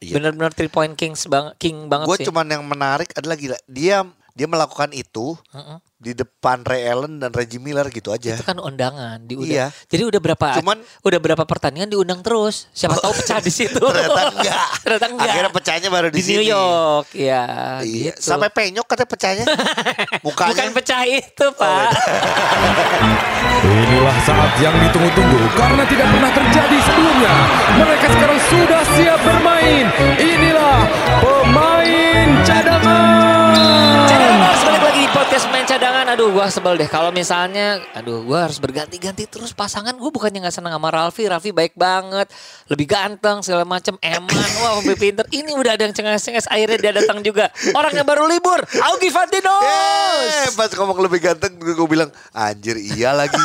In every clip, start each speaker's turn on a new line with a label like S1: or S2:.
S1: Iya.
S2: Bener-bener three point kings bang king banget
S1: Gue
S2: sih.
S1: cuman yang menarik adalah gila dia dia melakukan itu
S2: Heeh.
S1: di depan Ray Allen dan Reggie Miller gitu aja.
S2: Itu kan undangan di udah.
S1: Iya.
S2: Jadi udah berapa
S1: Cuman-
S2: udah berapa pertandingan diundang terus. Siapa tahu pecah di situ.
S1: Ternyata enggak.
S2: Ternyata enggak.
S1: Akhirnya pecahnya baru di,
S2: di New
S1: sini.
S2: York ya
S1: Iya.
S2: gitu.
S1: Sampai penyok katanya pecahnya. Mukanya. Oh, iya.
S2: Bukan pecah itu, Pak.
S3: Inilah saat yang ditunggu-tunggu karena tidak pernah terjadi sebelumnya. Mereka sekarang sudah siap bermain. Inilah pemain
S2: Cadangan
S3: cadangan.
S2: harus balik lagi di podcast main cadangan. Aduh, gua sebel deh kalau misalnya aduh gua harus berganti-ganti terus pasangan gua bukannya nggak senang sama Ralfi. Ralfi baik banget, lebih ganteng segala macam. Eman, wah lebih pinter. Ini udah ada yang cengas-cengas akhirnya dia datang juga. Orang yang baru libur, Augie
S1: Eh,
S2: Fantinos.
S1: pas ngomong lebih ganteng gue bilang anjir iya lagi.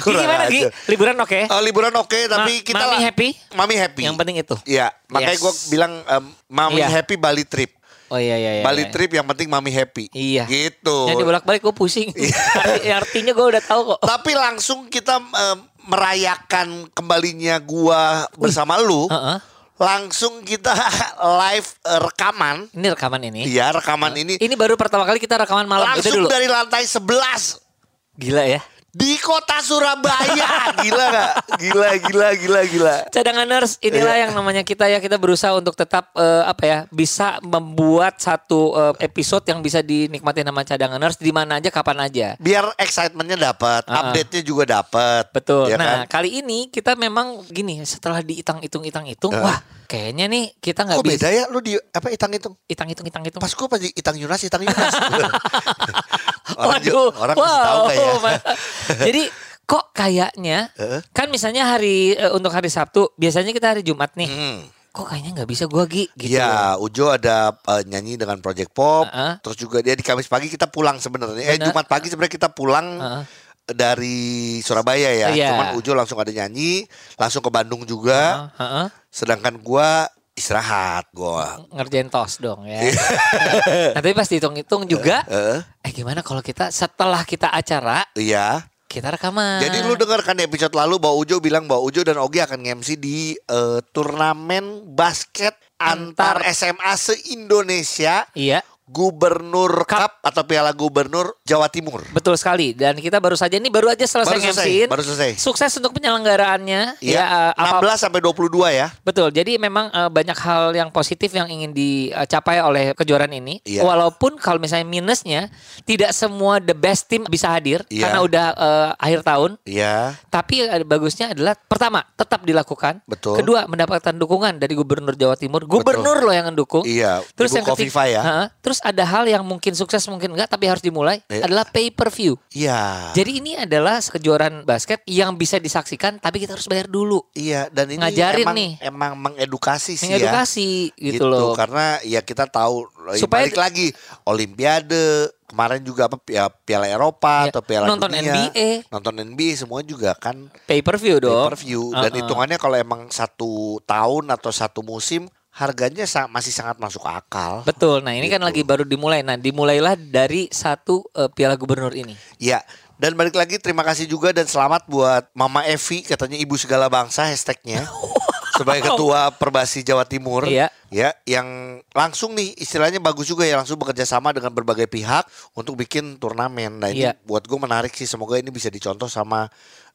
S2: Gi, gimana Gi?
S1: aja.
S2: Liburan oke?
S1: Eh, liburan oke tapi
S2: Ma-
S1: kita
S2: Mami
S1: lah-
S2: happy?
S1: Mami happy.
S2: Yang penting itu.
S1: Iya, makanya
S2: Yes.
S1: gue bilang em, mami
S2: Iya.
S1: happy Bali trip.
S2: Oh iya iya iya.
S1: Bali
S2: iya.
S1: trip yang penting mami happy.
S2: Iya.
S1: Gitu.
S2: Yang dibolak-balik gue pusing.
S1: Iya.
S2: Arti- artinya gue udah tahu kok.
S1: Tapi langsung kita em, merayakan kembalinya gua bersama lu.
S2: Heeh.
S1: Langsung kita live eh, rekaman.
S2: Ini rekaman ini.
S1: Iya, rekaman ini,
S2: Eh. Ini baru pertama kali kita rekaman malam. Udah
S1: langsung
S2: dulu.
S1: dari lantai 11
S2: Gila ya.
S1: di kota Surabaya. gila gak? Gila, gila, gila, gila.
S2: Cadanganers,
S1: Iya.
S2: inilah yang namanya kita ya. Kita berusaha untuk tetap eh, apa ya? Bisa membuat satu eh, episode yang bisa dinikmati nama cadanganers di mana aja kapan aja.
S1: Biar excitementnya dapat,
S2: Ah, ah.
S1: update-nya juga dapat.
S2: Betul.
S1: Ya
S2: nah,
S1: kan?
S2: kali ini kita memang gini, setelah dihitung-hitung-hitung-hitung,
S1: Eh.
S2: wah, kayaknya nih kita nggak
S1: Kok
S2: bisa
S1: beda ya lu di apa hitung-hitung?
S2: hitung-hitung-hitung-hitung.
S1: Pas gua pas di Itang Yunas, Itang Yunas. orang ju-
S2: Waduh,
S1: orang kasih tahu kayak.
S2: Mas. Jadi kok kayaknya
S1: Heeh.
S2: kan misalnya hari eh, untuk hari Sabtu biasanya kita hari Jumat nih.
S1: Hmm.
S2: Kok kayaknya nggak bisa gua Gi gitu.
S1: Iya, Ujo ada eh, nyanyi dengan Project Pop.
S2: Heeh.
S1: Terus juga dia di Kamis pagi kita pulang sebenarnya. Eh
S2: Benar.
S1: Jumat pagi sebenarnya kita pulang
S2: Heeh.
S1: dari Surabaya ya.
S2: Iya.
S1: Cuman Ujo langsung ada nyanyi, langsung ke Bandung juga.
S2: Heeh.
S1: Sedangkan gua istirahat gua.
S2: ngerjain tos dong ya.
S1: Iya.
S2: nah, tapi pas dihitung-hitung juga
S1: Heeh.
S2: eh gimana kalau kita setelah kita acara
S1: Iya.
S2: kita rekaman.
S1: Jadi lu dengarkan di episode lalu bahwa Ujo bilang bahwa Ujo dan Ogi akan nge-MC di eh, turnamen basket antar
S2: Antar-
S1: SMA se-Indonesia
S2: Iya,
S1: Gubernur Cup atau Piala Gubernur Jawa Timur.
S2: betul sekali. Dan kita baru saja ini baru aja selesai
S1: Baru selesai,
S2: MC-in.
S1: baru selesai.
S2: Sukses untuk penyelenggaraannya.
S1: Iya,
S2: eh, apa-
S1: 16 sampai 22 ya.
S2: Betul. Jadi memang eh, banyak hal yang positif yang ingin dicapai oleh kejuaraan ini.
S1: Iya.
S2: Walaupun kalau misalnya minusnya tidak semua the best team bisa hadir
S1: Iya.
S2: karena udah eh, akhir tahun.
S1: Iya.
S2: Tapi eh, bagusnya adalah pertama tetap dilakukan.
S1: Betul.
S2: Kedua mendapatkan dukungan dari Gubernur Jawa Timur. Gubernur loh yang mendukung.
S1: Iya,
S2: Terus
S1: Ibu
S2: yang ketiga,
S1: Kofifa ya.
S2: Heeh. terus ada hal yang mungkin sukses mungkin enggak tapi harus dimulai
S1: Iya.
S2: adalah pay per view.
S1: Iya.
S2: Jadi ini adalah kejuaraan basket yang bisa disaksikan tapi kita harus bayar dulu.
S1: Iya, dan ini
S2: Ngajarin
S1: emang,
S2: nih.
S1: emang mengedukasi sih ya.
S2: Mengedukasi gitu, loh.
S1: Karena ya kita tahu eh,
S2: Supaya-
S1: balik lagi Olimpiade kemarin juga apa ya, Piala
S2: Iya,
S1: Eropa atau Piala
S2: nonton
S1: Dunia.
S2: NBA.
S1: Nonton NBA semua juga kan
S2: Pay per view dong.
S1: pay per view dan
S2: Uh-uh.
S1: hitungannya kalau emang satu tahun atau satu musim harganya sa- masih sangat masuk akal.
S2: Betul. Nah, ini kan
S1: Gitu.
S2: lagi baru dimulai. Nah, dimulailah dari satu eh, Piala Gubernur ini.
S1: Ya, dan balik lagi terima kasih juga dan selamat buat Mama Evi katanya ibu segala bangsa hashtagnya sebagai ketua Perbasi Jawa Timur.
S2: Iya.
S1: Ya, yang langsung nih istilahnya bagus juga ya langsung bekerja sama dengan berbagai pihak untuk bikin turnamen. Nah, ini
S2: Iya.
S1: buat gue menarik sih semoga ini bisa dicontoh sama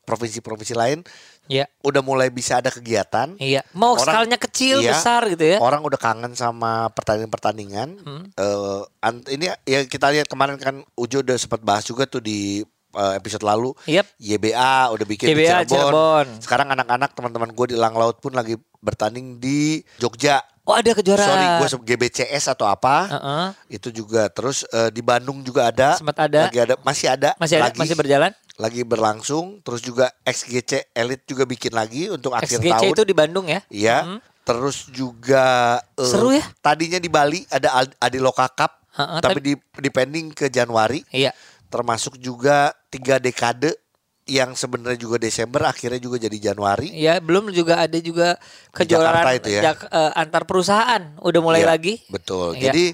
S1: provinsi-provinsi lain.
S2: Iya.
S1: Udah mulai bisa ada kegiatan.
S2: Iya. Mau
S1: Orang-
S2: skalanya kecil,
S1: Iya.
S2: besar gitu ya. Hmm.
S1: Orang udah kangen sama pertandingan-pertandingan. Eh, an- ini ya kita lihat kemarin kan Ujo udah sempat bahas juga tuh di eh, episode lalu.
S2: Yep.
S1: YBA udah bikin di
S2: YBA
S1: Cirebon.
S2: Cirebon.
S1: Sekarang anak-anak teman-teman gue di Lang Laut pun lagi bertanding di Jogja.
S2: Oh, ada kejuaraan.
S1: Sorry, gue se- GBCS atau apa?
S2: Heeh.
S1: Itu juga terus eh, di Bandung juga ada.
S2: Sempat ada.
S1: Lagi ada, masih ada.
S2: Masih ada,
S1: lagi,
S2: masih berjalan.
S1: lagi berlangsung. Terus juga XGC Elite juga bikin lagi untuk akhir
S2: XGC
S1: tahun.
S2: itu di Bandung ya.
S1: Iya. Terus juga eh,
S2: Seru ya?
S1: Tadinya di Bali ada Ad- Adiloka Cup,
S2: Ha-ha,
S1: tapi di dipending ke Januari.
S2: Iya.
S1: Termasuk juga tiga dekade yang sebenarnya juga Desember akhirnya juga jadi Januari.
S2: Ya, belum juga ada juga
S1: Jakarta
S2: kejuaraan
S1: itu ya.
S2: jak- eh, antar perusahaan udah mulai
S1: Iya,
S2: lagi.
S1: Betul.
S2: Iya.
S1: Jadi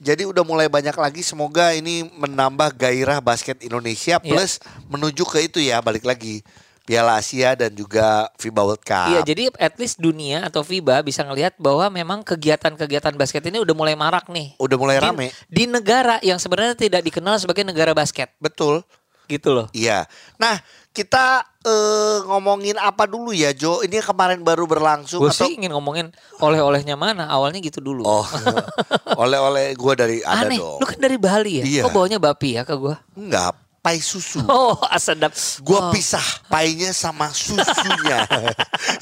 S1: jadi udah mulai banyak lagi semoga ini menambah gairah basket Indonesia
S2: Iya.
S1: plus menuju ke itu ya balik lagi Piala Asia dan juga FIBA World Cup.
S2: Iya, jadi at least dunia atau FIBA bisa ngelihat bahwa memang kegiatan-kegiatan basket ini udah mulai marak nih.
S1: Udah mulai
S2: Di-
S1: rame.
S2: Di, negara yang sebenarnya tidak dikenal sebagai negara basket,
S1: Betul.
S2: gitu loh.
S1: Iya. Nah, kita eh, ngomongin apa dulu ya, Jo? Ini kemarin baru berlangsung
S2: Gue
S1: atau
S2: sih ingin ngomongin oleh-olehnya mana, awalnya gitu dulu.
S1: Oh, oleh-oleh gue dari ada
S2: Aneh,
S1: dong.
S2: lu kan dari Bali ya?
S1: Iya.
S2: Kok bawanya bapi ya ke gua?
S1: Enggak, pai susu.
S2: Oh, sedap.
S1: Gue
S2: Oh.
S1: pisah painya sama susunya.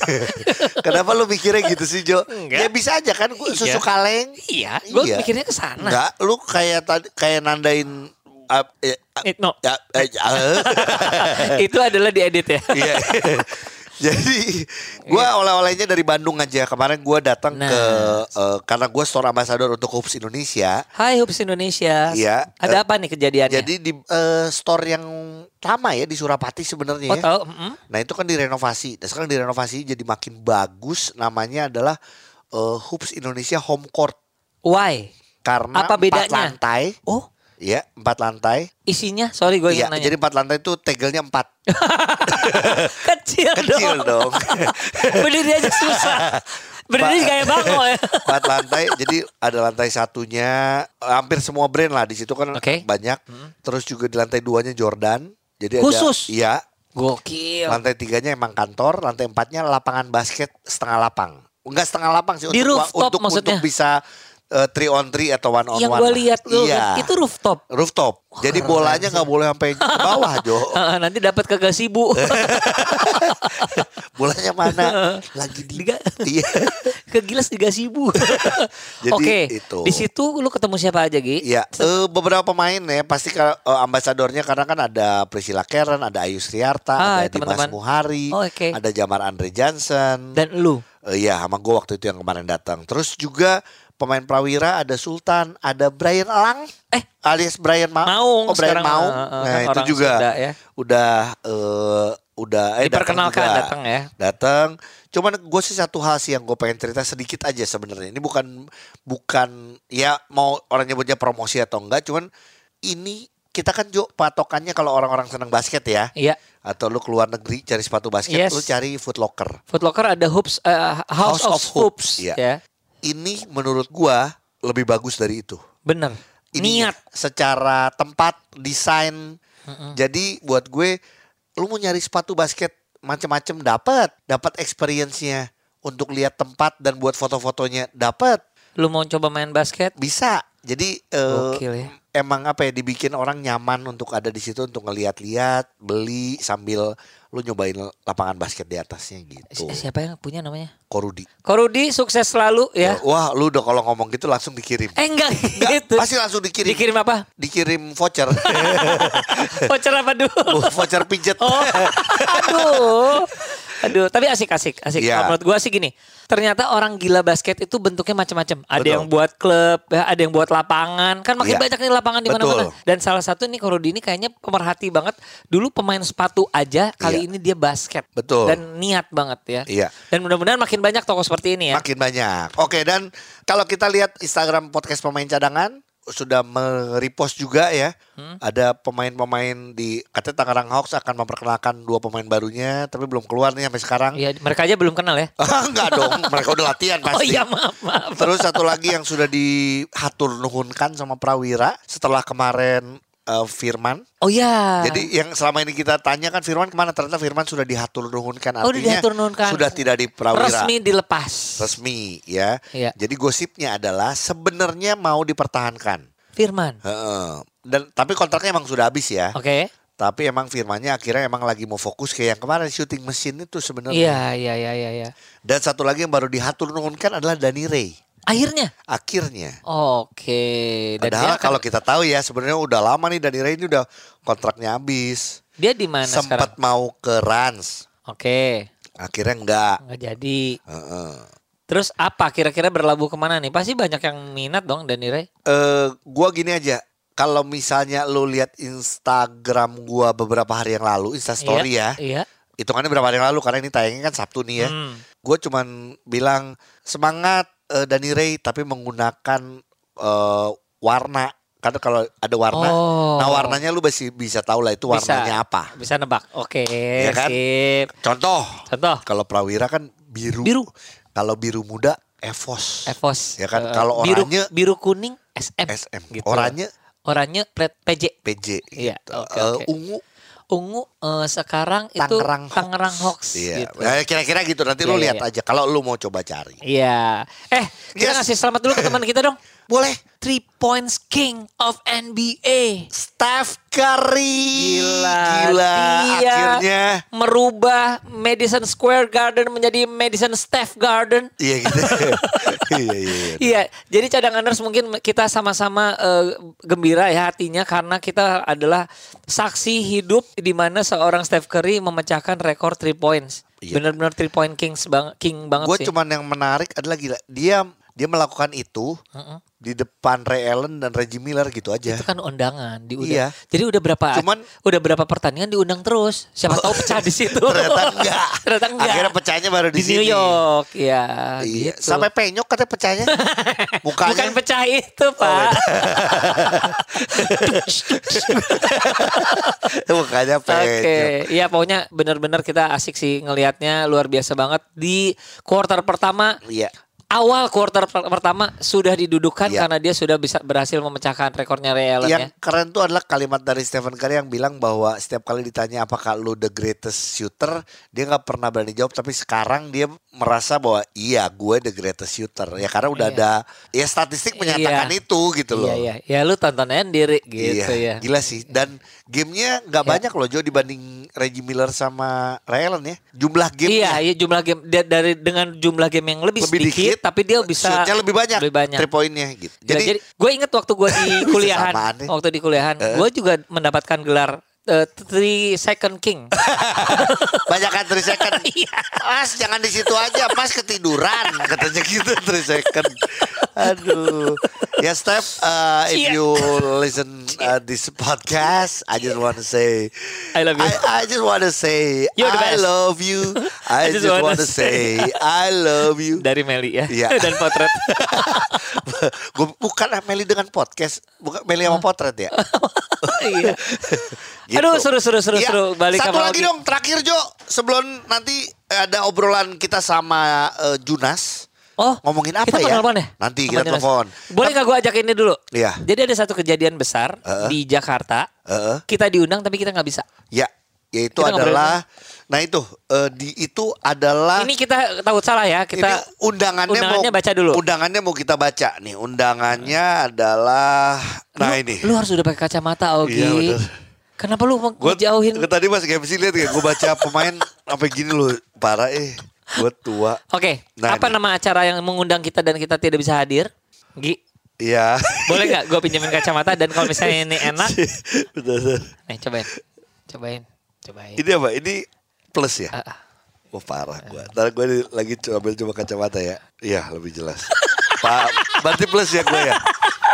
S1: Kenapa lu mikirnya gitu sih, Jo?
S2: Enggak.
S1: Ya bisa aja kan gua- susu
S2: Iya.
S1: kaleng.
S2: Iya, gue
S1: Iya.
S2: mikirnya ke sana.
S1: Enggak, lu kayak tadi kayak nandain ah, eh, ah,
S2: Eh, no.
S1: ya, eh, ah.
S2: Itu adalah diedit ya.
S1: Iya.
S2: Iya.
S1: Jadi gua oleh-olehnya dari Bandung aja. Kemarin gua datang
S2: Nah.
S1: ke eh, karena gua store ambassador untuk Hoops Indonesia.
S2: Hai Hoops Indonesia.
S1: Iya.
S2: Ada apa nih kejadiannya?
S1: Jadi di eh, store yang lama ya di Surapati sebenarnya.
S2: Oh
S1: ya.
S2: tahu? mm-mm.
S1: Nah, itu kan direnovasi. Dan sekarang direnovasi jadi makin bagus. Namanya adalah eh, Hoops Indonesia Home Court
S2: Why?
S1: karena
S2: Apa bedanya?
S1: empat lantai.
S2: Oh
S1: Ya, empat lantai.
S2: isinya? Sorry gue
S1: Iya,
S2: ingin nanya.
S1: jadi empat lantai itu tegelnya empat.
S2: kecil,
S1: Kecil
S2: dong.
S1: dong.
S2: Berdiri aja susah. Berdiri
S1: Pak-
S2: kayak bangau ya.
S1: empat lantai jadi ada lantai satunya eh, hampir semua brand lah di situ kan
S2: Oke. Hmm.
S1: banyak terus juga di lantai duanya Jordan jadi
S2: Khusus? Iya.
S1: ada, iya
S2: Gokil.
S1: lantai tiganya emang kantor lantai empatnya lapangan basket setengah lapang enggak setengah lapang sih
S2: Di
S1: untuk
S2: rooftop
S1: untuk,
S2: maksudnya?
S1: untuk bisa eh, three on three atau one on
S2: Yang
S1: one
S2: gue
S1: lah.
S2: lihat tuh
S1: iya.
S2: itu rooftop.
S1: rooftop jadi
S2: keren
S1: bolanya nggak boleh sampai ke bawah Jo
S2: Ah, nanti dapat ke gasibu.
S1: bolanya mana lagi di
S2: Diga-
S1: iya
S2: Kegilas di gasibu.
S1: Jadi
S2: Oke.
S1: itu.
S2: Di situ lu ketemu siapa aja Gi?
S1: Iya, eh, beberapa pemain ya pasti kalau eh, ambasadornya karena kan ada Priscilla Karen, ada Ayu Sriarta,
S2: Hai, Ah,
S1: ada Dimas
S2: teman-teman.
S1: Muhari,
S2: Oh, oke.
S1: ada Jamar Andre Johnson.
S2: Dan lu.
S1: Eh, Iya, sama gue waktu itu yang kemarin datang. Terus juga pemain prawira ada Sultan, ada Brian Elang,
S2: Eh.
S1: alias Brian Ma
S2: Maung
S1: oh Brian
S2: sekarang,
S1: Maung.
S2: eh, eh,
S1: nah
S2: kan
S1: itu
S2: orang
S1: juga
S2: Sunda ya.
S1: udah eh, udah eh, datang
S2: Diperkenalkan
S1: juga.
S2: datang ya.
S1: datang. Cuman gue sih satu hal sih yang gue pengen cerita sedikit aja sebenarnya. Ini bukan bukan ya mau orang nyebutnya promosi atau enggak, cuman ini kita kan Jo patokannya kalau orang-orang senang basket ya
S2: Iya.
S1: atau lu keluar negeri cari sepatu basket,
S2: Yes.
S1: lu cari Foot Locker.
S2: Foot Locker ada hoops eh, House,
S1: House
S2: of,
S1: of
S2: Hoops,
S1: Hoops, iya.
S2: ya.
S1: Ini menurut gua lebih bagus dari itu.
S2: Bener.
S1: Ini
S2: Niat.
S1: secara tempat, desain. Jadi buat gue lu mau nyari sepatu basket macem-macem dapat, dapat experience-nya untuk lihat tempat dan buat foto-fotonya dapat.
S2: Lu mau coba main basket?
S1: Bisa. Jadi eh,
S2: Gokil ya.
S1: emang apa ya dibikin orang nyaman untuk ada di situ untuk ngeliat-liat, beli sambil lu nyobain lapangan basket di atasnya
S2: Si-
S1: gitu.
S2: Siapa yang punya namanya?
S1: Korudi.
S2: Korudi sukses selalu ya.
S1: Wah, lu udah kalau ngomong gitu langsung dikirim.
S2: Eh enggak
S1: Nggak,
S2: gitu.
S1: Pasti langsung dikirim.
S2: Dikirim apa?
S1: dikirim voucher
S2: Voucher apa dulu?
S1: voucher pijet
S2: Oh, aduh. Aduh, tapi asik asik asik.
S1: Iya.
S2: Kalau Menurut gua sih gini, ternyata orang gila basket itu bentuknya macam-macam. Ada
S1: Betul.
S2: yang buat klub, ya, ada yang buat lapangan. Kan makin
S1: Iya.
S2: banyak nih lapangan di mana-mana.
S1: Betul.
S2: Dan salah satu nih Korudi ini kayaknya pemerhati banget. Dulu pemain sepatu aja, kali
S1: Iya.
S2: ini dia basket.
S1: Betul.
S2: Dan niat banget ya.
S1: Iya.
S2: Dan mudah-mudahan makin banyak toko seperti ini ya.
S1: makin banyak oke dan kalau kita lihat Instagram podcast pemain cadangan sudah merepost juga ya
S2: Hmm.
S1: ada pemain-pemain di katanya Tangerang Hawks akan memperkenalkan dua pemain barunya tapi belum keluar nih sampai sekarang
S2: Iya, mereka aja belum kenal ya.
S1: enggak dong mereka udah latihan
S2: Oh
S1: pasti
S2: iya, maaf, maaf.
S1: Terus satu lagi yang sudah dihatur nuhunkan sama Prawira setelah kemarin eh, Firman.
S2: Oh iya.
S1: Jadi yang selama ini kita tanya kan Firman kemana? Ternyata Firman sudah dihatur nuhunkan artinya
S2: Oh, udah diatur nunkan.
S1: sudah tidak di Prawira.
S2: Resmi dilepas.
S1: resmi ya.
S2: Iya.
S1: Jadi gosipnya adalah sebenarnya mau dipertahankan.
S2: Firman.
S1: Heeh. Dan tapi kontraknya emang sudah habis ya.
S2: Oke.
S1: Tapi emang firmanya akhirnya emang lagi mau fokus kayak yang kemarin syuting mesin itu sebenarnya.
S2: Iya, iya, iya, iya, iya.
S1: Dan satu lagi yang baru dihatur nuhunkan adalah Dani Ray.
S2: Akhirnya.
S1: Akhirnya.
S2: Oke. Dan dia kan-
S1: Padahal
S2: akan-
S1: kalau kita tahu ya sebenarnya udah lama nih Dani Ray ini udah kontraknya habis.
S2: dia di mana sekarang?
S1: Sempat mau ke Rans.
S2: Oke.
S1: Akhirnya enggak.
S2: Nggak jadi.
S1: Heeh.
S2: Terus apa kira-kira berlabuh kemana nih? Pasti banyak yang minat dong Dani Ray.
S1: eh gua gini aja kalau misalnya lu lihat Instagram gua beberapa hari yang lalu Insta story
S2: Iya, Iya.
S1: ya hitungannya berapa hari yang lalu karena ini tayangnya kan Sabtu nih ya
S2: Hmm.
S1: Gua cuman bilang semangat eh, Dani Ray tapi menggunakan eh, warna Karena kalau ada warna,
S2: Oh.
S1: nah warnanya lu masih bisa tahu lah itu warnanya apa.
S2: Bisa nebak. Oke,
S1: Ya kan?
S2: sip.
S1: Contoh,
S2: Contoh.
S1: kalau Prawira kan biru.
S2: Biru.
S1: Kalau biru muda Evos.
S2: Evos.
S1: Ya kan,
S2: Eh,
S1: kalau
S2: biru, Gitu.
S1: oranye-
S2: biru kuning SM.
S1: SM. Oranye?
S2: Oranye Pret- PJ.
S1: PJ.
S2: Iya,
S1: gitu.
S2: oke,
S1: Eh,
S2: oke.
S1: ungu
S2: Ungu eh, sekarang itu
S1: Tangerang Hoax.
S2: Tangerang Hoax,
S1: Iya.
S2: gitu.
S1: Nah, Kira-kira gitu nanti
S2: Iya,
S1: lu
S2: iya,
S1: lihat
S2: iya.
S1: aja kalau lu mau coba cari.
S2: Iya. Eh, kita
S1: Yes.
S2: ngasih selamat dulu ke teman kita dong.
S1: Boleh.
S2: Three points king of NBA.
S1: Steph Curry.
S2: Gila.
S1: Gila.
S2: Dia
S1: Akhirnya.
S2: merubah Madison Square Garden menjadi Madison Steph Garden.
S1: Iya gitu. iya iya. iya.
S2: Iya, jadi cadanganers mungkin kita sama-sama eh, gembira ya hatinya karena kita adalah saksi hidup di mana seorang Steph Curry memecahkan rekor three points.
S1: Iya.
S2: Benar-benar three point kings bang, king banget
S1: Gue
S2: sih.
S1: cuman yang menarik adalah gila. Dia dia melakukan itu di depan Ray Allen dan Reggie Miller gitu aja.
S2: itu kan undangan diundang.
S1: Iya.
S2: Jadi udah berapa?
S1: Cuman-
S2: udah berapa pertandingan diundang terus. Siapa tahu pecah di situ.
S1: Ternyata enggak.
S2: Ternyata enggak.
S1: Akhirnya pecahnya baru di,
S2: di New
S1: sini.
S2: York, ya.
S1: Iya.
S2: gitu.
S1: Sampai penyok katanya pecahnya. Mukanya.
S2: Bukan pecah itu,
S1: Oh,
S2: Pak.
S1: iya. Mukanya penyok.
S2: Oke, iya pokoknya benar-benar kita asik sih ngelihatnya luar biasa banget di quarter pertama.
S1: Iya.
S2: Awal quarter per- pertama sudah didudukan
S1: Iya.
S2: karena dia sudah bisa berhasil memecahkan rekornya Ray Allen
S1: yang
S2: ya.
S1: keren tuh adalah kalimat dari Stephen Curry yang bilang bahwa setiap kali ditanya apakah lu the greatest shooter, dia nggak pernah berani jawab. Tapi sekarang dia merasa bahwa iya gue the greatest shooter ya karena udah
S2: Iya.
S1: ada ya statistik menyatakan
S2: Iya.
S1: itu gitu loh.
S2: Iya, iya. Ya lu tonton aja sendiri gitu
S1: Iya,
S2: ya.
S1: gila sih. Dan gamenya nggak
S2: Iya.
S1: banyak loh Jo dibanding Reggie Miller sama Ray Allen ya. Jumlah
S2: Iya,
S1: gamenya
S2: iya jumlah game da- dari dengan jumlah game yang lebih,
S1: lebih
S2: sedikit,
S1: dikit,
S2: tapi dia bisa
S1: shootnya lebih banyak,
S2: Lebih banyak.
S1: three poinnya gitu.
S2: Gila, Jadi,
S1: Jadi,
S2: gue inget waktu gue di kuliahan,
S1: Kesamaan nih. Eh.
S2: waktu di kuliahan, gue juga mendapatkan gelar eh, Three Second King.
S1: banyak kan three second.
S2: Iya.
S1: Mas jangan di situ aja, Mas ketiduran katanya gitu three second. Aduh. Ya Steph, uh, if
S2: Iya.
S1: you listen uh, this podcast, I just want to say
S2: Iya. I love you.
S1: I, I just want to say
S2: You're the
S1: I
S2: best.
S1: love you. I, just, want to say I love you.
S2: dari Meli ya
S1: Iya.
S2: dan potret
S1: Gue bukan Meli dengan podcast, bukan Meli sama potret ya.
S2: iya
S1: Gitu.
S2: aduh seru seru seru
S1: Iya.
S2: seru balik
S1: Satu
S2: sama
S1: lagi
S2: Ogi.
S1: dong terakhir Jo sebelum nanti ada obrolan kita sama eh, Junas.
S2: oh
S1: ngomongin
S2: kita
S1: apa ya?
S2: telepon ya
S1: Nanti
S2: Sama
S1: kita
S2: Jonas.
S1: telepon.
S2: boleh nggak gue ajak ini dulu
S1: Iya.
S2: jadi ada satu kejadian besar di Jakarta
S1: Heeh.
S2: kita diundang tapi kita nggak bisa
S1: Ya, yaitu
S2: Kita ngobrolin
S1: adalah nah itu eh, di itu adalah
S2: ini kita takut salah ya kita
S1: Ah. ini undangannya,
S2: undangannya
S1: mau
S2: baca dulu.
S1: Undangannya mau kita baca nih. Undangannya adalah nah
S2: Lu-
S1: ini.
S2: lu harus udah pakai kacamata Ogi
S1: Iya, bener.
S2: kenapa lu mau
S1: Gua-
S2: jauhin
S1: gua tadi pas game sih lihat kayak gue baca pemain sampai gini loh parah eh. Gue tua.
S2: Oke,
S1: Nah,
S2: apa
S1: ini.
S2: nama acara yang mengundang kita dan kita tidak bisa hadir? Gi,
S1: Iya.
S2: boleh nggak gue pinjemin kacamata dan kalau misalnya ini enak,
S1: Bentar, bentar.
S2: nih cobain, cobain, cobain.
S1: Ini apa? Ini plus ya?
S2: Ah, ah.
S1: Wah parah gua. Ntar gua di- lagi co- ambil coba kacamata ya. Iya lebih jelas. Pak, berarti plus ya gue ya.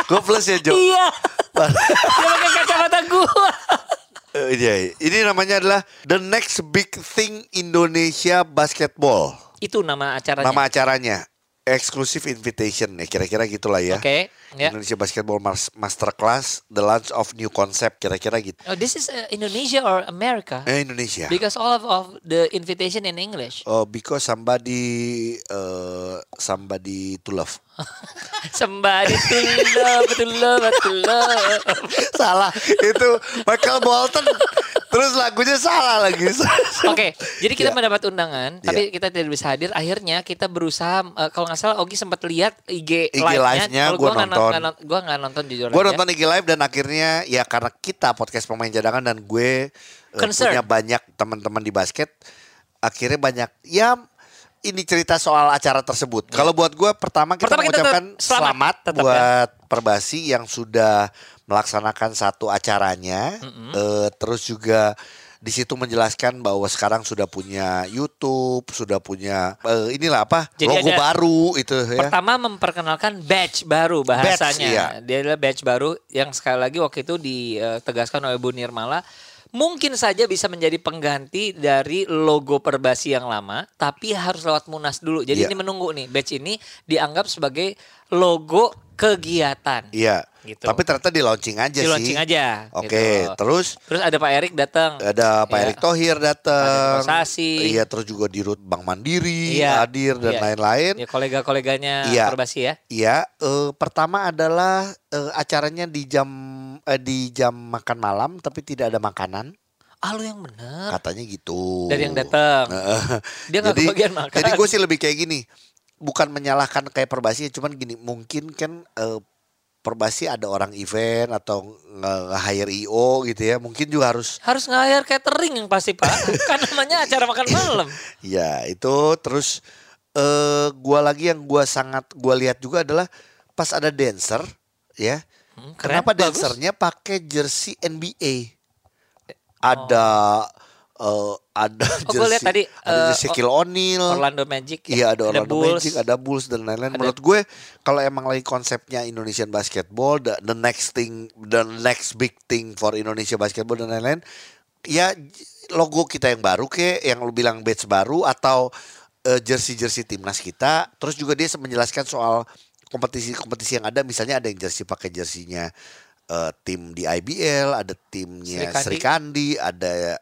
S1: Gue plus ya Jo.
S2: Iya.
S1: Parah.
S2: Dia pakai kacamata gua.
S1: Eh, iya, iya. Ini namanya adalah The Next Big Thing Indonesia Basketball.
S2: Itu nama acaranya.
S1: Nama acaranya. Exclusive Invitation ya kira-kira gitulah ya.
S2: Oke, ya.
S1: Indonesia Basketball Mas- Masterclass The Launch of New Concept kira-kira gitu.
S2: Oh, this is uh, Indonesia or America?
S1: Eh Indonesia.
S2: Because all of, of the invitation in English.
S1: Oh, because somebody eh, somebody to love.
S2: Somebody to love, to love, to love.
S1: salah itu Michael Bolton terus lagunya salah lagi
S2: Oke, jadi kita
S1: Ya.
S2: mendapat undangan, tapi kita tidak bisa hadir. Akhirnya kita berusaha, eh, kalau nggak salah Ogi sempat lihat IG,
S1: IG live-nya,
S2: live-nya. Kalau
S1: gua
S2: gua nggak
S1: nonton.
S2: nonton. Gue nggak nonton jujur
S1: gue
S2: aja.
S1: nonton IG live dan akhirnya ya karena kita podcast pemain cadangan dan gue eh,
S2: Concern.
S1: punya banyak teman-teman di basket akhirnya banyak ya ini cerita soal acara tersebut kalau buat gue pertama
S2: Ya.
S1: kita
S2: Pertama kita
S1: mengucapkan
S2: tetap- selamat,
S1: selamat,
S2: tetap ya.
S1: buat perbasi yang sudah melaksanakan satu acaranya Eh, terus juga di situ menjelaskan bahwa sekarang sudah punya YouTube, sudah punya eh, inilah apa
S2: Jadi
S1: logo
S2: ada-
S1: baru itu ya.
S2: Pertama memperkenalkan batch baru bahasanya.
S1: iya.
S2: Dia adalah batch baru yang sekali lagi waktu itu ditegaskan oleh Bu Nirmala mungkin saja bisa menjadi pengganti dari logo Perbasi yang lama, tapi harus lewat Munas dulu. Jadi
S1: Iya.
S2: ini menunggu nih batch ini dianggap sebagai logo kegiatan.
S1: Iya.
S2: gitu.
S1: Tapi ternyata di launching aja
S2: Di
S1: sih.
S2: launching aja.
S1: Oke,
S2: gitu.
S1: terus
S2: Terus ada Pak Erik datang.
S1: ada Pak
S2: Iya.
S1: Erick Thohir
S2: Ada
S1: datang.
S2: Kosasi.
S1: Iya, terus juga di Rut Bank Mandiri
S2: Iya.
S1: hadir dan
S2: Iya.
S1: lain-lain.
S2: Ya kolega-koleganya
S1: Iya.
S2: Perbasi ya.
S1: Iya, eh, pertama adalah eh, acaranya di jam eh, di jam makan malam tapi tidak ada makanan,
S2: Ah lu yang bener.
S1: katanya gitu.
S2: Dari yang datang.
S1: Heeh.
S2: Dia nggak
S1: Jadi-
S2: kebagian makan.
S1: Jadi gue sih lebih kayak gini, bukan menyalahkan kayak Perbasi, cuman gini mungkin kan eh, Perbasi ada orang event atau nge hire IO gitu ya, mungkin juga harus
S2: Harus nge catering yang pasti Pak. kan namanya acara makan malam.
S1: Ya itu terus eh gua lagi yang gua sangat gua lihat juga adalah pas ada dancer ya.
S2: Hmm, keren, bagus. Oh.
S1: kenapa dancernya pakai jersey NBA? Ada eh ada
S2: Oh,
S1: jersey
S2: gua lihat tadi,
S1: ada
S2: eh,
S1: jersey Shaquille O'Neal.
S2: Orlando Magic. ya?
S1: Iya ada Orlando
S2: Bulls.
S1: Magic, ada Bulls dan lain-lain.
S2: Ada-
S1: Menurut gue kalau emang lagi konsepnya Indonesian basketball, the, the next thing, the next big thing for Indonesia basketball dan lain-lain, ya j- logo kita yang baru ke, yang lu bilang badge baru atau eh, jersey-jersey timnas kita. Terus juga dia se- menjelaskan soal kompetisi-kompetisi yang ada, misalnya ada yang jersey pakai jersinya eh, tim di IBL, ada timnya
S2: Srikandi.
S1: Sri Kandi, ada eh,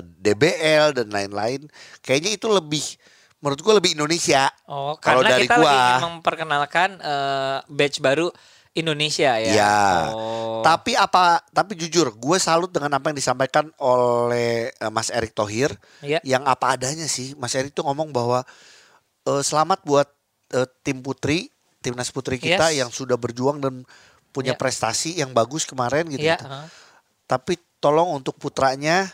S1: DBL dan lain-lain. Kayaknya itu lebih menurut gua lebih Indonesia.
S2: Oh,
S1: Kalau
S2: karena
S1: dari
S2: kita lagi
S1: gua.
S2: memperkenalkan eh, batch baru Indonesia ya.
S1: Iya.
S2: Oh.
S1: Tapi apa tapi jujur gue salut dengan apa yang disampaikan oleh eh, Mas Erick Thohir
S2: Iya.
S1: yang apa adanya sih. Mas Erick tuh ngomong bahwa eh, selamat buat eh, tim putri, timnas putri kita
S2: Yes.
S1: yang sudah berjuang dan punya
S2: Iya.
S1: prestasi yang bagus kemarin gitu.
S2: Iya,
S1: gitu.
S2: heeh.
S1: Tapi tolong untuk putranya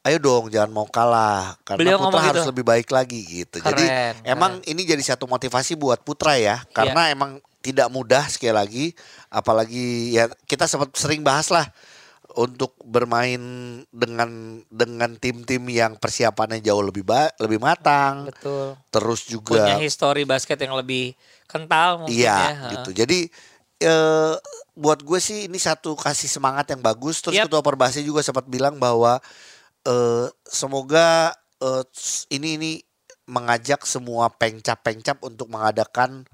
S1: ayo dong jangan mau kalah karena
S2: Beliau
S1: putra
S2: ngomong
S1: harus
S2: gitu.
S1: lebih baik lagi gitu. Jadi
S2: Keren, Iya.
S1: emang ini jadi satu motivasi buat putra ya karena emang tidak mudah sekali lagi apalagi ya kita sempat sering bahas lah untuk bermain dengan dengan tim-tim yang persiapannya jauh lebih ba- lebih matang
S2: Betul.
S1: terus juga
S2: Punya histori basket yang lebih kental mungkin
S1: Iya,
S2: ya. heeh.
S1: gitu. Jadi eh buat gue sih ini satu kasih semangat yang bagus. Terus
S2: Yap.
S1: ketua perbasi juga sempat bilang bahwa eh semoga eh, s- ini ini mengajak semua pengcap-pengcap untuk mengadakan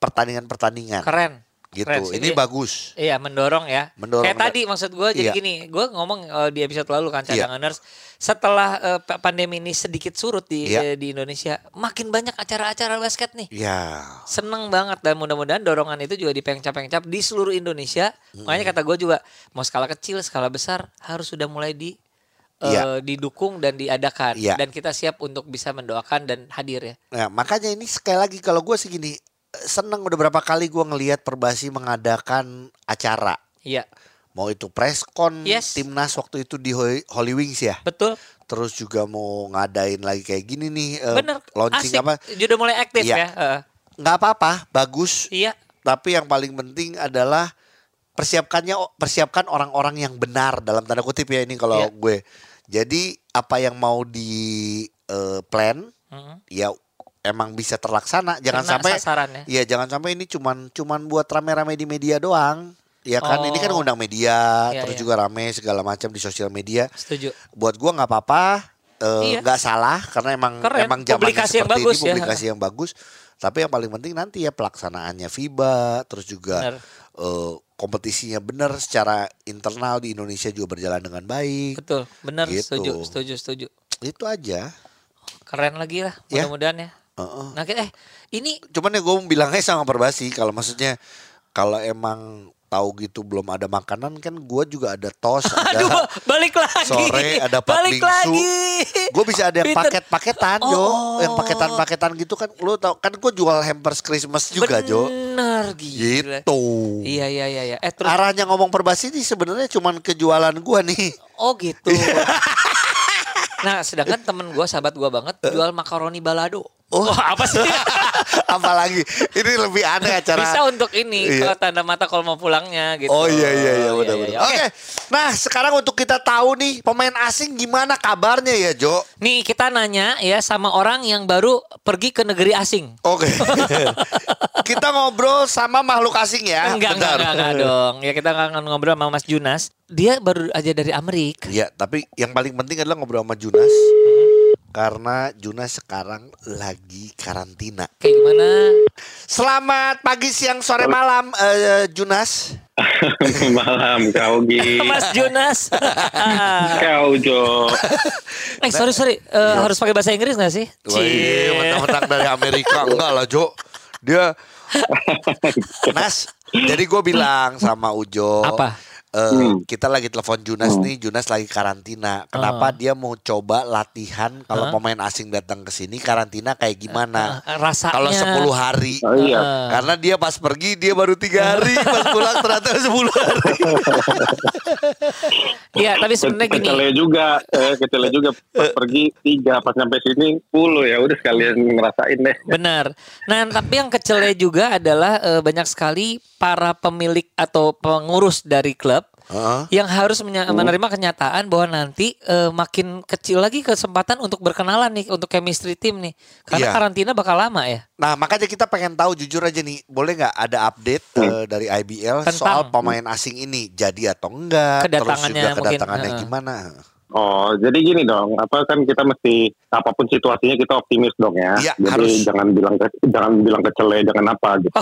S1: pertandingan-pertandingan
S2: Keren.
S1: gitu.
S2: Keren sih.
S1: ini
S2: Jadi-
S1: bagus.
S2: Iya mendorong ya.
S1: Mendorong.
S2: Kayak tadi maksud gue jadi
S1: Iya.
S2: gini, gue ngomong eh, di episode lalu kan
S1: Iya.
S2: cadanganers. Setelah eh, pa- pandemi ini sedikit surut di
S1: Iya.
S2: eh, di Indonesia, makin banyak acara-acara basket nih.
S1: Ya,
S2: Seneng banget dan mudah-mudahan dorongan itu juga dipengcap-pengcap di seluruh Indonesia. Makanya kata gue juga mau skala kecil, skala besar harus sudah mulai di eh,
S1: Iya.
S2: didukung dan diadakan
S1: Iya.
S2: dan kita siap untuk bisa mendoakan dan hadir ya.
S1: nah makanya ini sekali lagi kalau gue segini eh, seneng udah berapa kali gue ngelihat perbasi mengadakan acara
S2: Iya,
S1: mau itu preskon
S2: Yes.
S1: timnas waktu itu di Ho- Holy Wings ya.
S2: betul.
S1: terus juga mau ngadain lagi kayak gini nih eh,
S2: Bener.
S1: launching
S2: Asik.
S1: apa
S2: Sudah mulai aktif
S1: Iya.
S2: ya. Heeh.
S1: nggak apa-apa bagus
S2: iya.
S1: tapi yang paling penting adalah persiapkannya persiapkan orang-orang yang benar dalam tanda kutip ya ini kalau
S2: Iya.
S1: gue jadi apa yang mau di eh, plan
S2: Mm.
S1: ya emang bisa terlaksana jangan
S2: Kena ya.
S1: sampai
S2: sasarannya.
S1: Iya jangan sampai ini cuman cuman buat rame-rame di media doang ya kan ini kan
S2: Oh.
S1: ngundang media
S2: Iya,
S1: terus
S2: iya.
S1: juga rame segala macam di sosial media
S2: Setuju.
S1: buat gua nggak apa-apa eh,
S2: Iya.
S1: nggak salah karena emang
S2: Keren,
S1: emang zamannya
S2: publikasi yang
S1: seperti
S2: bagus
S1: ini
S2: ya.
S1: publikasi yang bagus tapi yang paling penting nanti ya pelaksanaannya FIBA terus juga
S2: Benar.
S1: eh, kompetisinya benar secara internal di Indonesia juga berjalan dengan baik
S2: Betul. Benar,
S1: Gitu.
S2: setuju, setuju, setuju.
S1: itu aja
S2: Keren lagi lah
S1: Ya.
S2: mudah-mudahan ya.
S1: Heeh.
S2: Nah, kita- eh ini
S1: cuman ya gue bilangnya sama Perbasi kalau maksudnya kalau emang tahu gitu belum ada makanan kan gua juga ada tos
S2: aduh
S1: ada
S2: balik lagi.
S1: sore ada Pak
S2: balik
S1: Bingsu.
S2: lagi.
S1: Gue bisa ada yang
S2: Peter.
S1: paket-paketan
S2: Oh,
S1: Jo
S2: oh.
S1: Yang paketan-paketan gitu kan Lu tau kan gue jual hampers Christmas juga Jo
S2: Benar gila.
S1: Gitu
S2: Iya, iya, iya, iya. Eh terus
S1: Arahnya ngomong perbasi ini sebenarnya cuman kejualan gua nih
S2: oh gitu. nah, sedangkan temen gue, sahabat gue banget
S1: Eh.
S2: jual makaroni balado. Oh, apa sih?
S1: Apalagi ini lebih aneh acara
S2: Bisa untuk ini kalau
S1: Iya.
S2: tanda mata kalau mau pulangnya gitu.
S1: Oh iya iya iya
S2: benar
S1: benar-benar Oke nah sekarang untuk kita tahu nih Pemain asing gimana kabarnya ya Jo
S2: Nih kita nanya ya sama orang yang baru pergi ke negeri asing.
S1: Oke Kita ngobrol sama makhluk asing ya
S2: enggak, enggak,
S1: bentar.
S2: enggak, enggak dong. Ya kita akan ngobrol sama Mas Junas. Dia baru aja dari Amerika.
S1: Ya, Iya, tapi yang paling penting adalah ngobrol sama Junas. karena Juna sekarang lagi karantina.
S2: Kayak gimana?
S1: Selamat pagi, siang, sore, malam, eh, Junas.
S4: Malam kau Gi,
S2: Mas Jonas.
S4: kau Jo.
S2: eh
S4: Iya.
S2: sorry sorry, Eh, harus pakai bahasa Inggris gak sih?
S1: Wih, iya, mentang-mentang dari Amerika enggak lah Jo. Dia Nas, jadi gue bilang sama Ujo.
S2: Apa?
S1: eh,
S4: Hmm.
S1: Kita lagi telepon Junas nih, Junas lagi karantina.
S2: Ah.
S1: Kenapa dia mau coba latihan kalau pemain asing datang ke sini karantina kayak gimana?
S2: Eh, rasanya. Ah.
S1: Kalau 10 hari.
S4: Oh iya,
S1: Karena dia pas pergi dia baru tiga hari, pas pulang ternyata 10 hari.
S2: Iya, tapi sebenarnya gini.
S4: kecele juga, eh, kecele juga pas pergi tiga, pas sampai sini puluh ya udah sekalian ngerasain deh.
S2: Benar. Nah, tapi yang kecelnya juga adalah eh, banyak sekali para pemilik atau pengurus dari klub
S1: Heeh.
S2: yang harus menya-
S4: Oh.
S2: menerima kenyataan bahwa nanti eh, makin kecil lagi kesempatan untuk berkenalan nih untuk chemistry tim nih. Karena
S1: Iya.
S2: karantina bakal lama ya.
S1: Nah makanya kita pengen tahu jujur aja nih boleh nggak ada update eh, dari IBL
S2: Tentang.
S1: soal pemain asing ini jadi atau enggak terus
S2: Kedatangannya
S1: juga
S2: mungkin,
S1: kedatangannya
S2: heeh.
S1: gimana?
S4: Oh, jadi gini dong, apa kan kita mesti apapun situasinya kita optimis dong ya.
S1: Iya,
S4: jadi
S1: harus.
S4: jangan bilang ke- jangan bilang kecele, jangan apa gitu.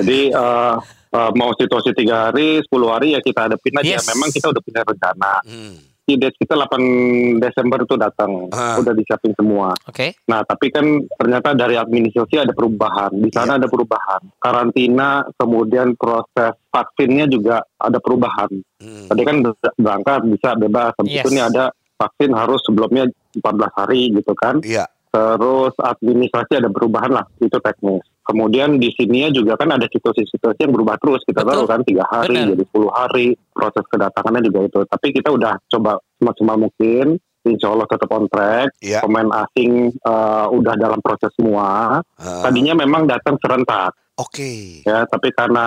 S4: jadi eh, eh, mau situasi tiga hari, sepuluh hari ya kita hadapin aja.
S2: Yes.
S4: Memang kita udah punya rencana.
S1: Hmm.
S4: Ide kita 8 Desember tuh datang,
S1: Ah.
S4: udah disiapin semua.
S2: Oke.
S4: Nah, tapi kan ternyata dari administrasi ada perubahan. Di sana ada
S2: Iya.
S4: perubahan. Karantina, kemudian proses vaksinnya juga ada perubahan.
S1: Hmm.
S4: Tadi kan berangkat bisa bebas. Habis
S2: Yes.
S4: itu nih ada vaksin harus sebelumnya 14 hari gitu kan.
S1: Iya.
S4: Terus administrasi ada perubahan lah. Itu teknis. Kemudian di sininya juga kan ada situasi-situasi yang berubah terus. Kita
S2: Betul.
S4: tahu kan tiga hari
S2: Benar.
S4: jadi 10 hari. Proses kedatangannya juga itu. Tapi kita udah coba semaksimal mungkin. Insya Allah tetap on track
S1: Iya.
S4: pemain asing eh, udah dalam proses semua.
S1: Heeh.
S4: Tadinya memang datang serentak
S1: Eh, Oke.
S4: ya, tapi karena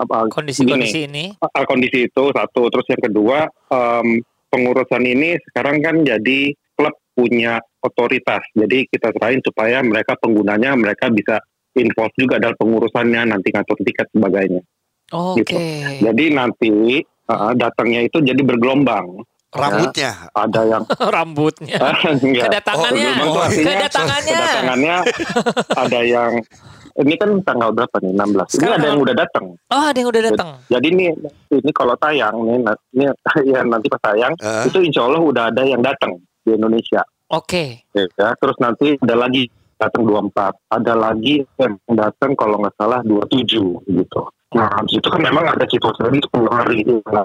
S4: apa,
S2: Kondisi-kondisi ini.
S4: eh, kondisi itu satu, terus yang kedua em, pengurusan ini sekarang kan jadi klub punya otoritas. Jadi kita serahin supaya mereka penggunanya mereka bisa involve juga dalam pengurusannya nanti ngatur tiket sebagainya. Gitu.
S2: Oke.
S4: Jadi nanti eh, datangnya itu jadi bergelombang.
S1: Rambutnya.
S4: Ada yang Ah,
S2: Rambutnya.
S4: enggak.
S2: Kedatangannya.
S4: Oh, gelombang tuh artinya-
S2: Kedatangannya.
S4: kedatangannya ada yang ini kan tanggal berapa nih 16
S2: Sekarang
S4: ini ada yang
S2: tanggal-
S4: udah datang
S2: Oh, ada yang udah datang.
S4: jadi ini ini kalau tayang nih na- ini ya nanti pas tayang
S1: Heeh.
S4: itu insya Allah udah ada yang datang di Indonesia
S2: Oke.
S4: ya terus nanti ada lagi datang 24 ada lagi yang datang kalau nggak salah 27 gitu nah habis itu kan memang ada situasi lagi 10 hari Nah,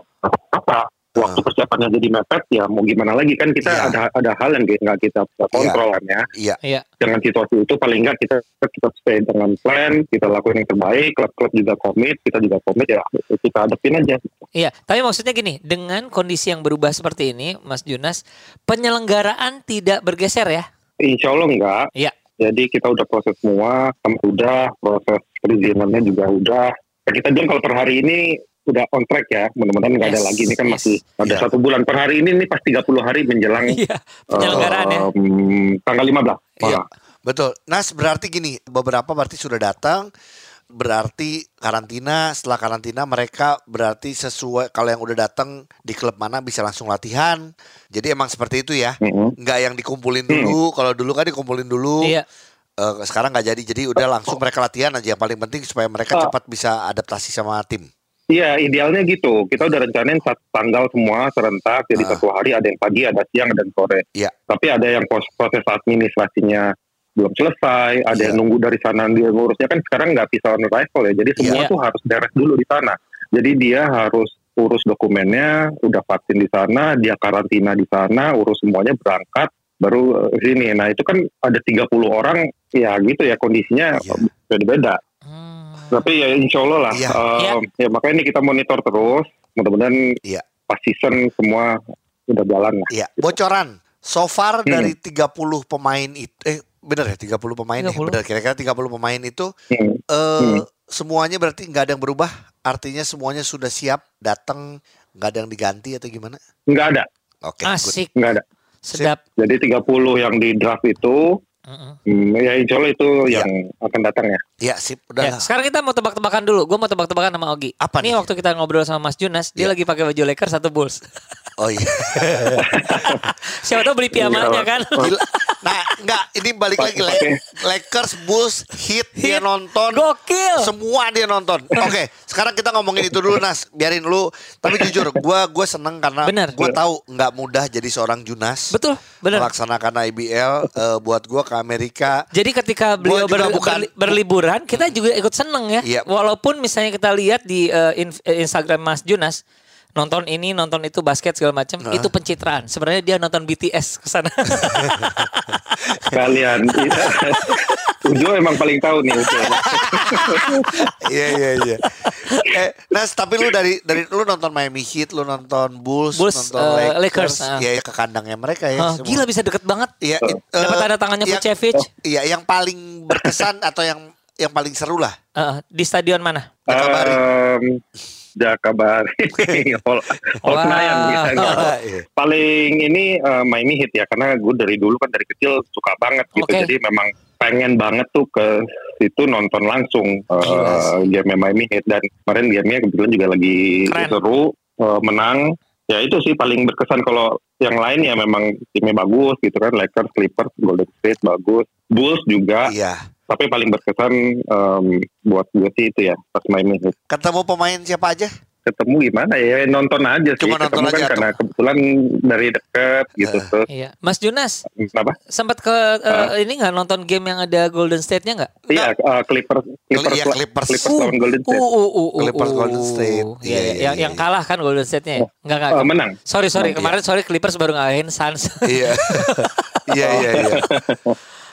S4: apa waktu persiapannya jadi mepet ya mau gimana lagi kan kita
S1: Iya.
S4: ada ada hal yang nggak kita bisa kontrol kan ya
S1: Iya.
S2: Iya.
S4: dengan situasi itu paling nggak kita kita stay dengan plan kita lakuin yang terbaik klub-klub juga komit kita juga komit ya kita hadapin aja
S2: Iya, tapi maksudnya gini, dengan kondisi yang berubah seperti ini, Mas Junas, penyelenggaraan tidak bergeser ya?
S4: insya Allah enggak
S2: Iya.
S4: jadi kita udah proses semua kamu udah proses perizinannya juga udah Ya, kita bilang kalau per hari ini udah on track ya mudah-mudahan nggak ada
S2: Yes,
S4: lagi ini kan
S2: yes.
S4: masih ada
S1: Iya.
S4: satu bulan per hari ini ini pas 30 hari menjelang
S2: Iya, penyelenggaraan
S4: Oh.
S2: ya.
S4: em, tanggal 15
S1: Iya.
S4: malah.
S1: Betul. Nas berarti gini beberapa berarti sudah datang berarti karantina setelah karantina mereka berarti sesuai kalau yang udah datang di klub mana bisa langsung latihan. Jadi emang seperti itu ya.
S4: Mm-mm.
S1: nggak yang dikumpulin
S4: Hmm.
S1: dulu. Kalau dulu kan dikumpulin dulu.
S2: Iya.
S1: Eh, sekarang nggak jadi. Jadi udah langsung mereka latihan aja. Yang paling penting supaya mereka
S4: Ah.
S1: cepat bisa adaptasi sama tim.
S4: Iya, idealnya gitu. Kita udah rencanain satu tanggal semua serentak, jadi
S1: Ah.
S4: satu hari ada yang pagi, ada siang, ada yang sore.
S1: Iya.
S4: Tapi ada yang pos- proses administrasinya belum selesai, ada
S1: Iya.
S4: yang nunggu dari sana dia ngurusnya kan sekarang nggak bisa on arrival ya, jadi semua
S2: Iya.
S4: tuh harus beres dulu di sana. Jadi dia harus urus dokumennya, udah vaksin di sana, dia karantina di sana, urus semuanya berangkat, baru eh, sini. Nah itu kan ada 30 orang, ya gitu ya kondisinya
S1: Iya.
S4: beda-beda.
S2: Hmm.
S4: Tapi ya insya Allah lah.
S1: Iya.
S4: Eh,
S2: Iya.
S4: Ya makanya ini kita monitor terus. Mudah-mudahan
S1: Iya.
S4: pas season semua udah jalan lah.
S1: Iya. Bocoran. So far
S4: Hmm.
S1: dari 30 pemain itu eh bener ya 30 pemain ya
S2: 30.
S1: bener kira-kira 30 pemain itu eh
S4: Hmm. Hmm.
S1: semuanya berarti nggak ada yang berubah. Artinya semuanya sudah siap datang nggak ada yang diganti atau gimana?
S4: Nggak ada,
S1: Oke. good.
S2: Asik,
S4: nggak ada.
S2: sedap.
S4: Jadi 30 yang di draft itu,
S2: Mm-mm.
S4: hmm, ya insya Allah itu
S1: Iya.
S4: yang akan datang ya.
S1: Iya sip udah.
S2: Ya,
S1: lah.
S2: sekarang kita mau tebak-tebakan dulu. Gue mau tebak-tebakan sama Ogi.
S1: Apa
S2: nih?
S1: nih?
S2: waktu kita ngobrol sama Mas Junas, dia
S1: Iya.
S2: lagi pakai baju Lakers satu Bulls.
S1: Oh iya.
S2: Siapa tahu beli piamanya kan.
S1: Gila. Nah, enggak ini balik lagi Le-
S4: Oke.
S1: Lakers, Bulls, Heat, dia
S2: Hit.
S1: nonton.
S2: Gokil.
S1: Semua dia nonton. Oke, sekarang kita ngomongin itu dulu Nas, biarin lu. Tapi jujur, gua gua seneng karena
S2: Bener.
S1: gua tahu nggak mudah jadi seorang Junas.
S2: Betul, bener.
S1: Melaksanakan IBL eh, buat gua ke Amerika.
S2: Jadi ketika beliau
S1: Gua juga
S2: ber-
S1: bukan-
S2: berli- berliburan, kita juga ikut seneng ya.
S1: Iya.
S2: Walaupun misalnya kita lihat di eh, in- eh, Instagram Mas Junas nonton ini, nonton itu basket segala macam, itu pencitraan. Sebenarnya dia nonton BTS ke sana.
S4: kalian. Ujo emang paling tahu nih. Ujo.
S1: Iya iya iya. Eh, Nas, tapi lu dari dari lu nonton Miami Heat, lu nonton Bulls,
S2: Bulls,
S1: nonton
S2: eh, Lakers,
S1: Lakers,
S2: ah.
S1: ya ke kandangnya mereka ya.
S2: Ah,
S1: semua.
S2: gila bisa deket banget.
S1: Iya, it-
S2: Dapat
S1: eh,
S2: tanda tangannya
S1: yang-
S2: Vucevic.
S1: Iya, yang paling berkesan atau yang yang paling seru lah.
S2: Eh, di stadion mana?
S1: Jakabari.
S4: Em, Jakabari. Hall Hall
S2: Wah.
S4: Senayan bisa nggak?
S1: Ah, iya.
S4: Paling ini eh, Miami hit ya karena gue dari dulu kan dari kecil suka banget gitu.
S2: Oke.
S4: Jadi memang pengen banget tuh ke situ nonton langsung eh,
S2: Gila
S4: game Miami hit dan kemarin gamenya kebetulan juga lagi
S2: Keren.
S4: seru eh, menang. Ya itu sih paling berkesan kalau yang lain ya memang timnya bagus gitu kan Lakers, Clippers, Golden State bagus, Bulls juga.
S1: Iya.
S4: Tapi paling berkesan em, buat gue sih itu ya pas Miami hit
S1: Ketemu pemain siapa aja?
S4: ketemu gimana ya nonton aja sih
S1: Cuma nonton
S4: ketemu kan
S1: aja, Eh.
S4: karena kebetulan dari deket gitu terus
S2: Iya. Mas Junas
S4: apa
S2: sempat ke eh, ini nggak nonton game yang ada Golden State-nya nggak?
S4: iya eh, Clippers Clippers,
S1: Iya, Clippers.
S4: Clippers lawan Golden State
S2: Uh, uh, uh, uh,
S1: Clippers
S2: uh.
S1: Golden State.
S2: Iya, iya,
S1: Iya, iya,
S2: yang,
S1: iya.
S2: yang kalah kan Golden State-nya. ya? Enggak enggak.
S4: Eh,
S2: enggak.
S4: menang
S2: Sorry sorry kemarin sorry Clippers baru ngalahin Suns.
S1: Iya. Iya iya iya.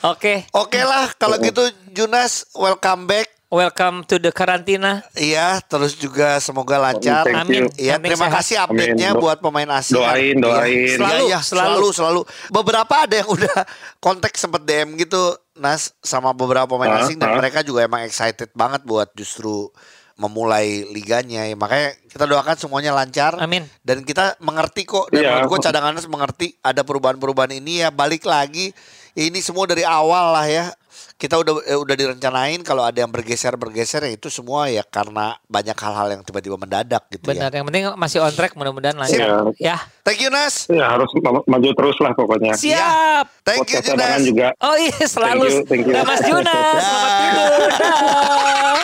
S2: Oke,
S1: Oke lah kalau gitu Junas welcome back.
S2: welcome to the karantina.
S1: Iya, terus juga semoga lancar.
S4: Thank you.
S2: Amin.
S1: Iya,
S2: Amin,
S1: terima
S2: sehat.
S1: kasih update-nya
S4: Amin. Do-
S1: buat pemain asing.
S4: doain, doain.
S1: Selalu,
S2: Iya, iya,
S1: selalu, selalu. Beberapa ada yang udah kontak sempet DM gitu, Nas, sama beberapa pemain
S4: Ah,
S1: asing dan
S4: ah.
S1: mereka juga emang excited banget buat justru memulai liganya. Ya, Makanya kita doakan semuanya lancar.
S2: Amin.
S1: Dan kita mengerti kok. Dan
S4: Iya.
S1: menurut gue cadangan Nas mengerti ada perubahan-perubahan ini ya balik lagi. Ini semua dari awal lah ya. Kita udah eh, udah direncanain kalau ada yang bergeser-bergeser ya itu semua ya karena banyak hal-hal yang tiba-tiba mendadak
S4: Iya.
S1: gitu
S2: Benar.
S1: ya.
S2: Yang penting masih on track mudah-mudahan lancar. Ya.
S1: Thank you Nas.
S4: ya harus ma- maju terus lah pokoknya
S2: Siap.
S1: Thank you
S4: Podcast Abangan
S1: Junas.
S4: juga
S2: Oh iya selalu.
S4: Thank you, thank you. Ya.
S2: Dah, Mas Junas, selamat tidur. Dah.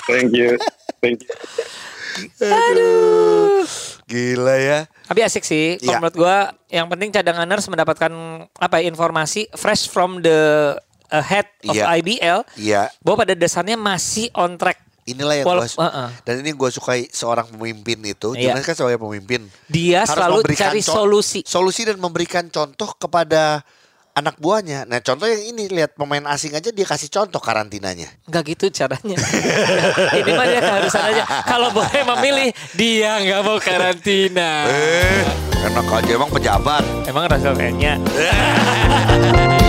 S4: thank you thank you
S1: Gila ya.
S2: Tapi asik sih. Kalau
S1: Iya.
S2: menurut gua yang penting cadanganers mendapatkan apa ya, informasi fresh from the uh, head of
S1: Iya.
S2: IBL
S1: Iya.
S2: bahwa pada dasarnya masih on track.
S1: Inilah yang
S2: Wala-
S1: gue
S2: Heeh.
S1: dan ini gue sukai seorang pemimpin itu.
S2: Iya.
S1: Junas kan sebagai pemimpin
S2: Dia
S1: harus
S2: selalu
S1: memberikan
S2: cari
S1: con-
S2: solusi.
S1: solusi dan memberikan contoh kepada anak buahnya. Nah contoh yang ini lihat pemain asing aja dia kasih contoh karantinanya.
S2: Enggak gitu caranya. Ini mah dia keharusan aja. Kalau boleh memilih, dia nggak mau karantina.
S1: Eh, enak aja emang pejabat.
S2: Emang rasanya kayaknya.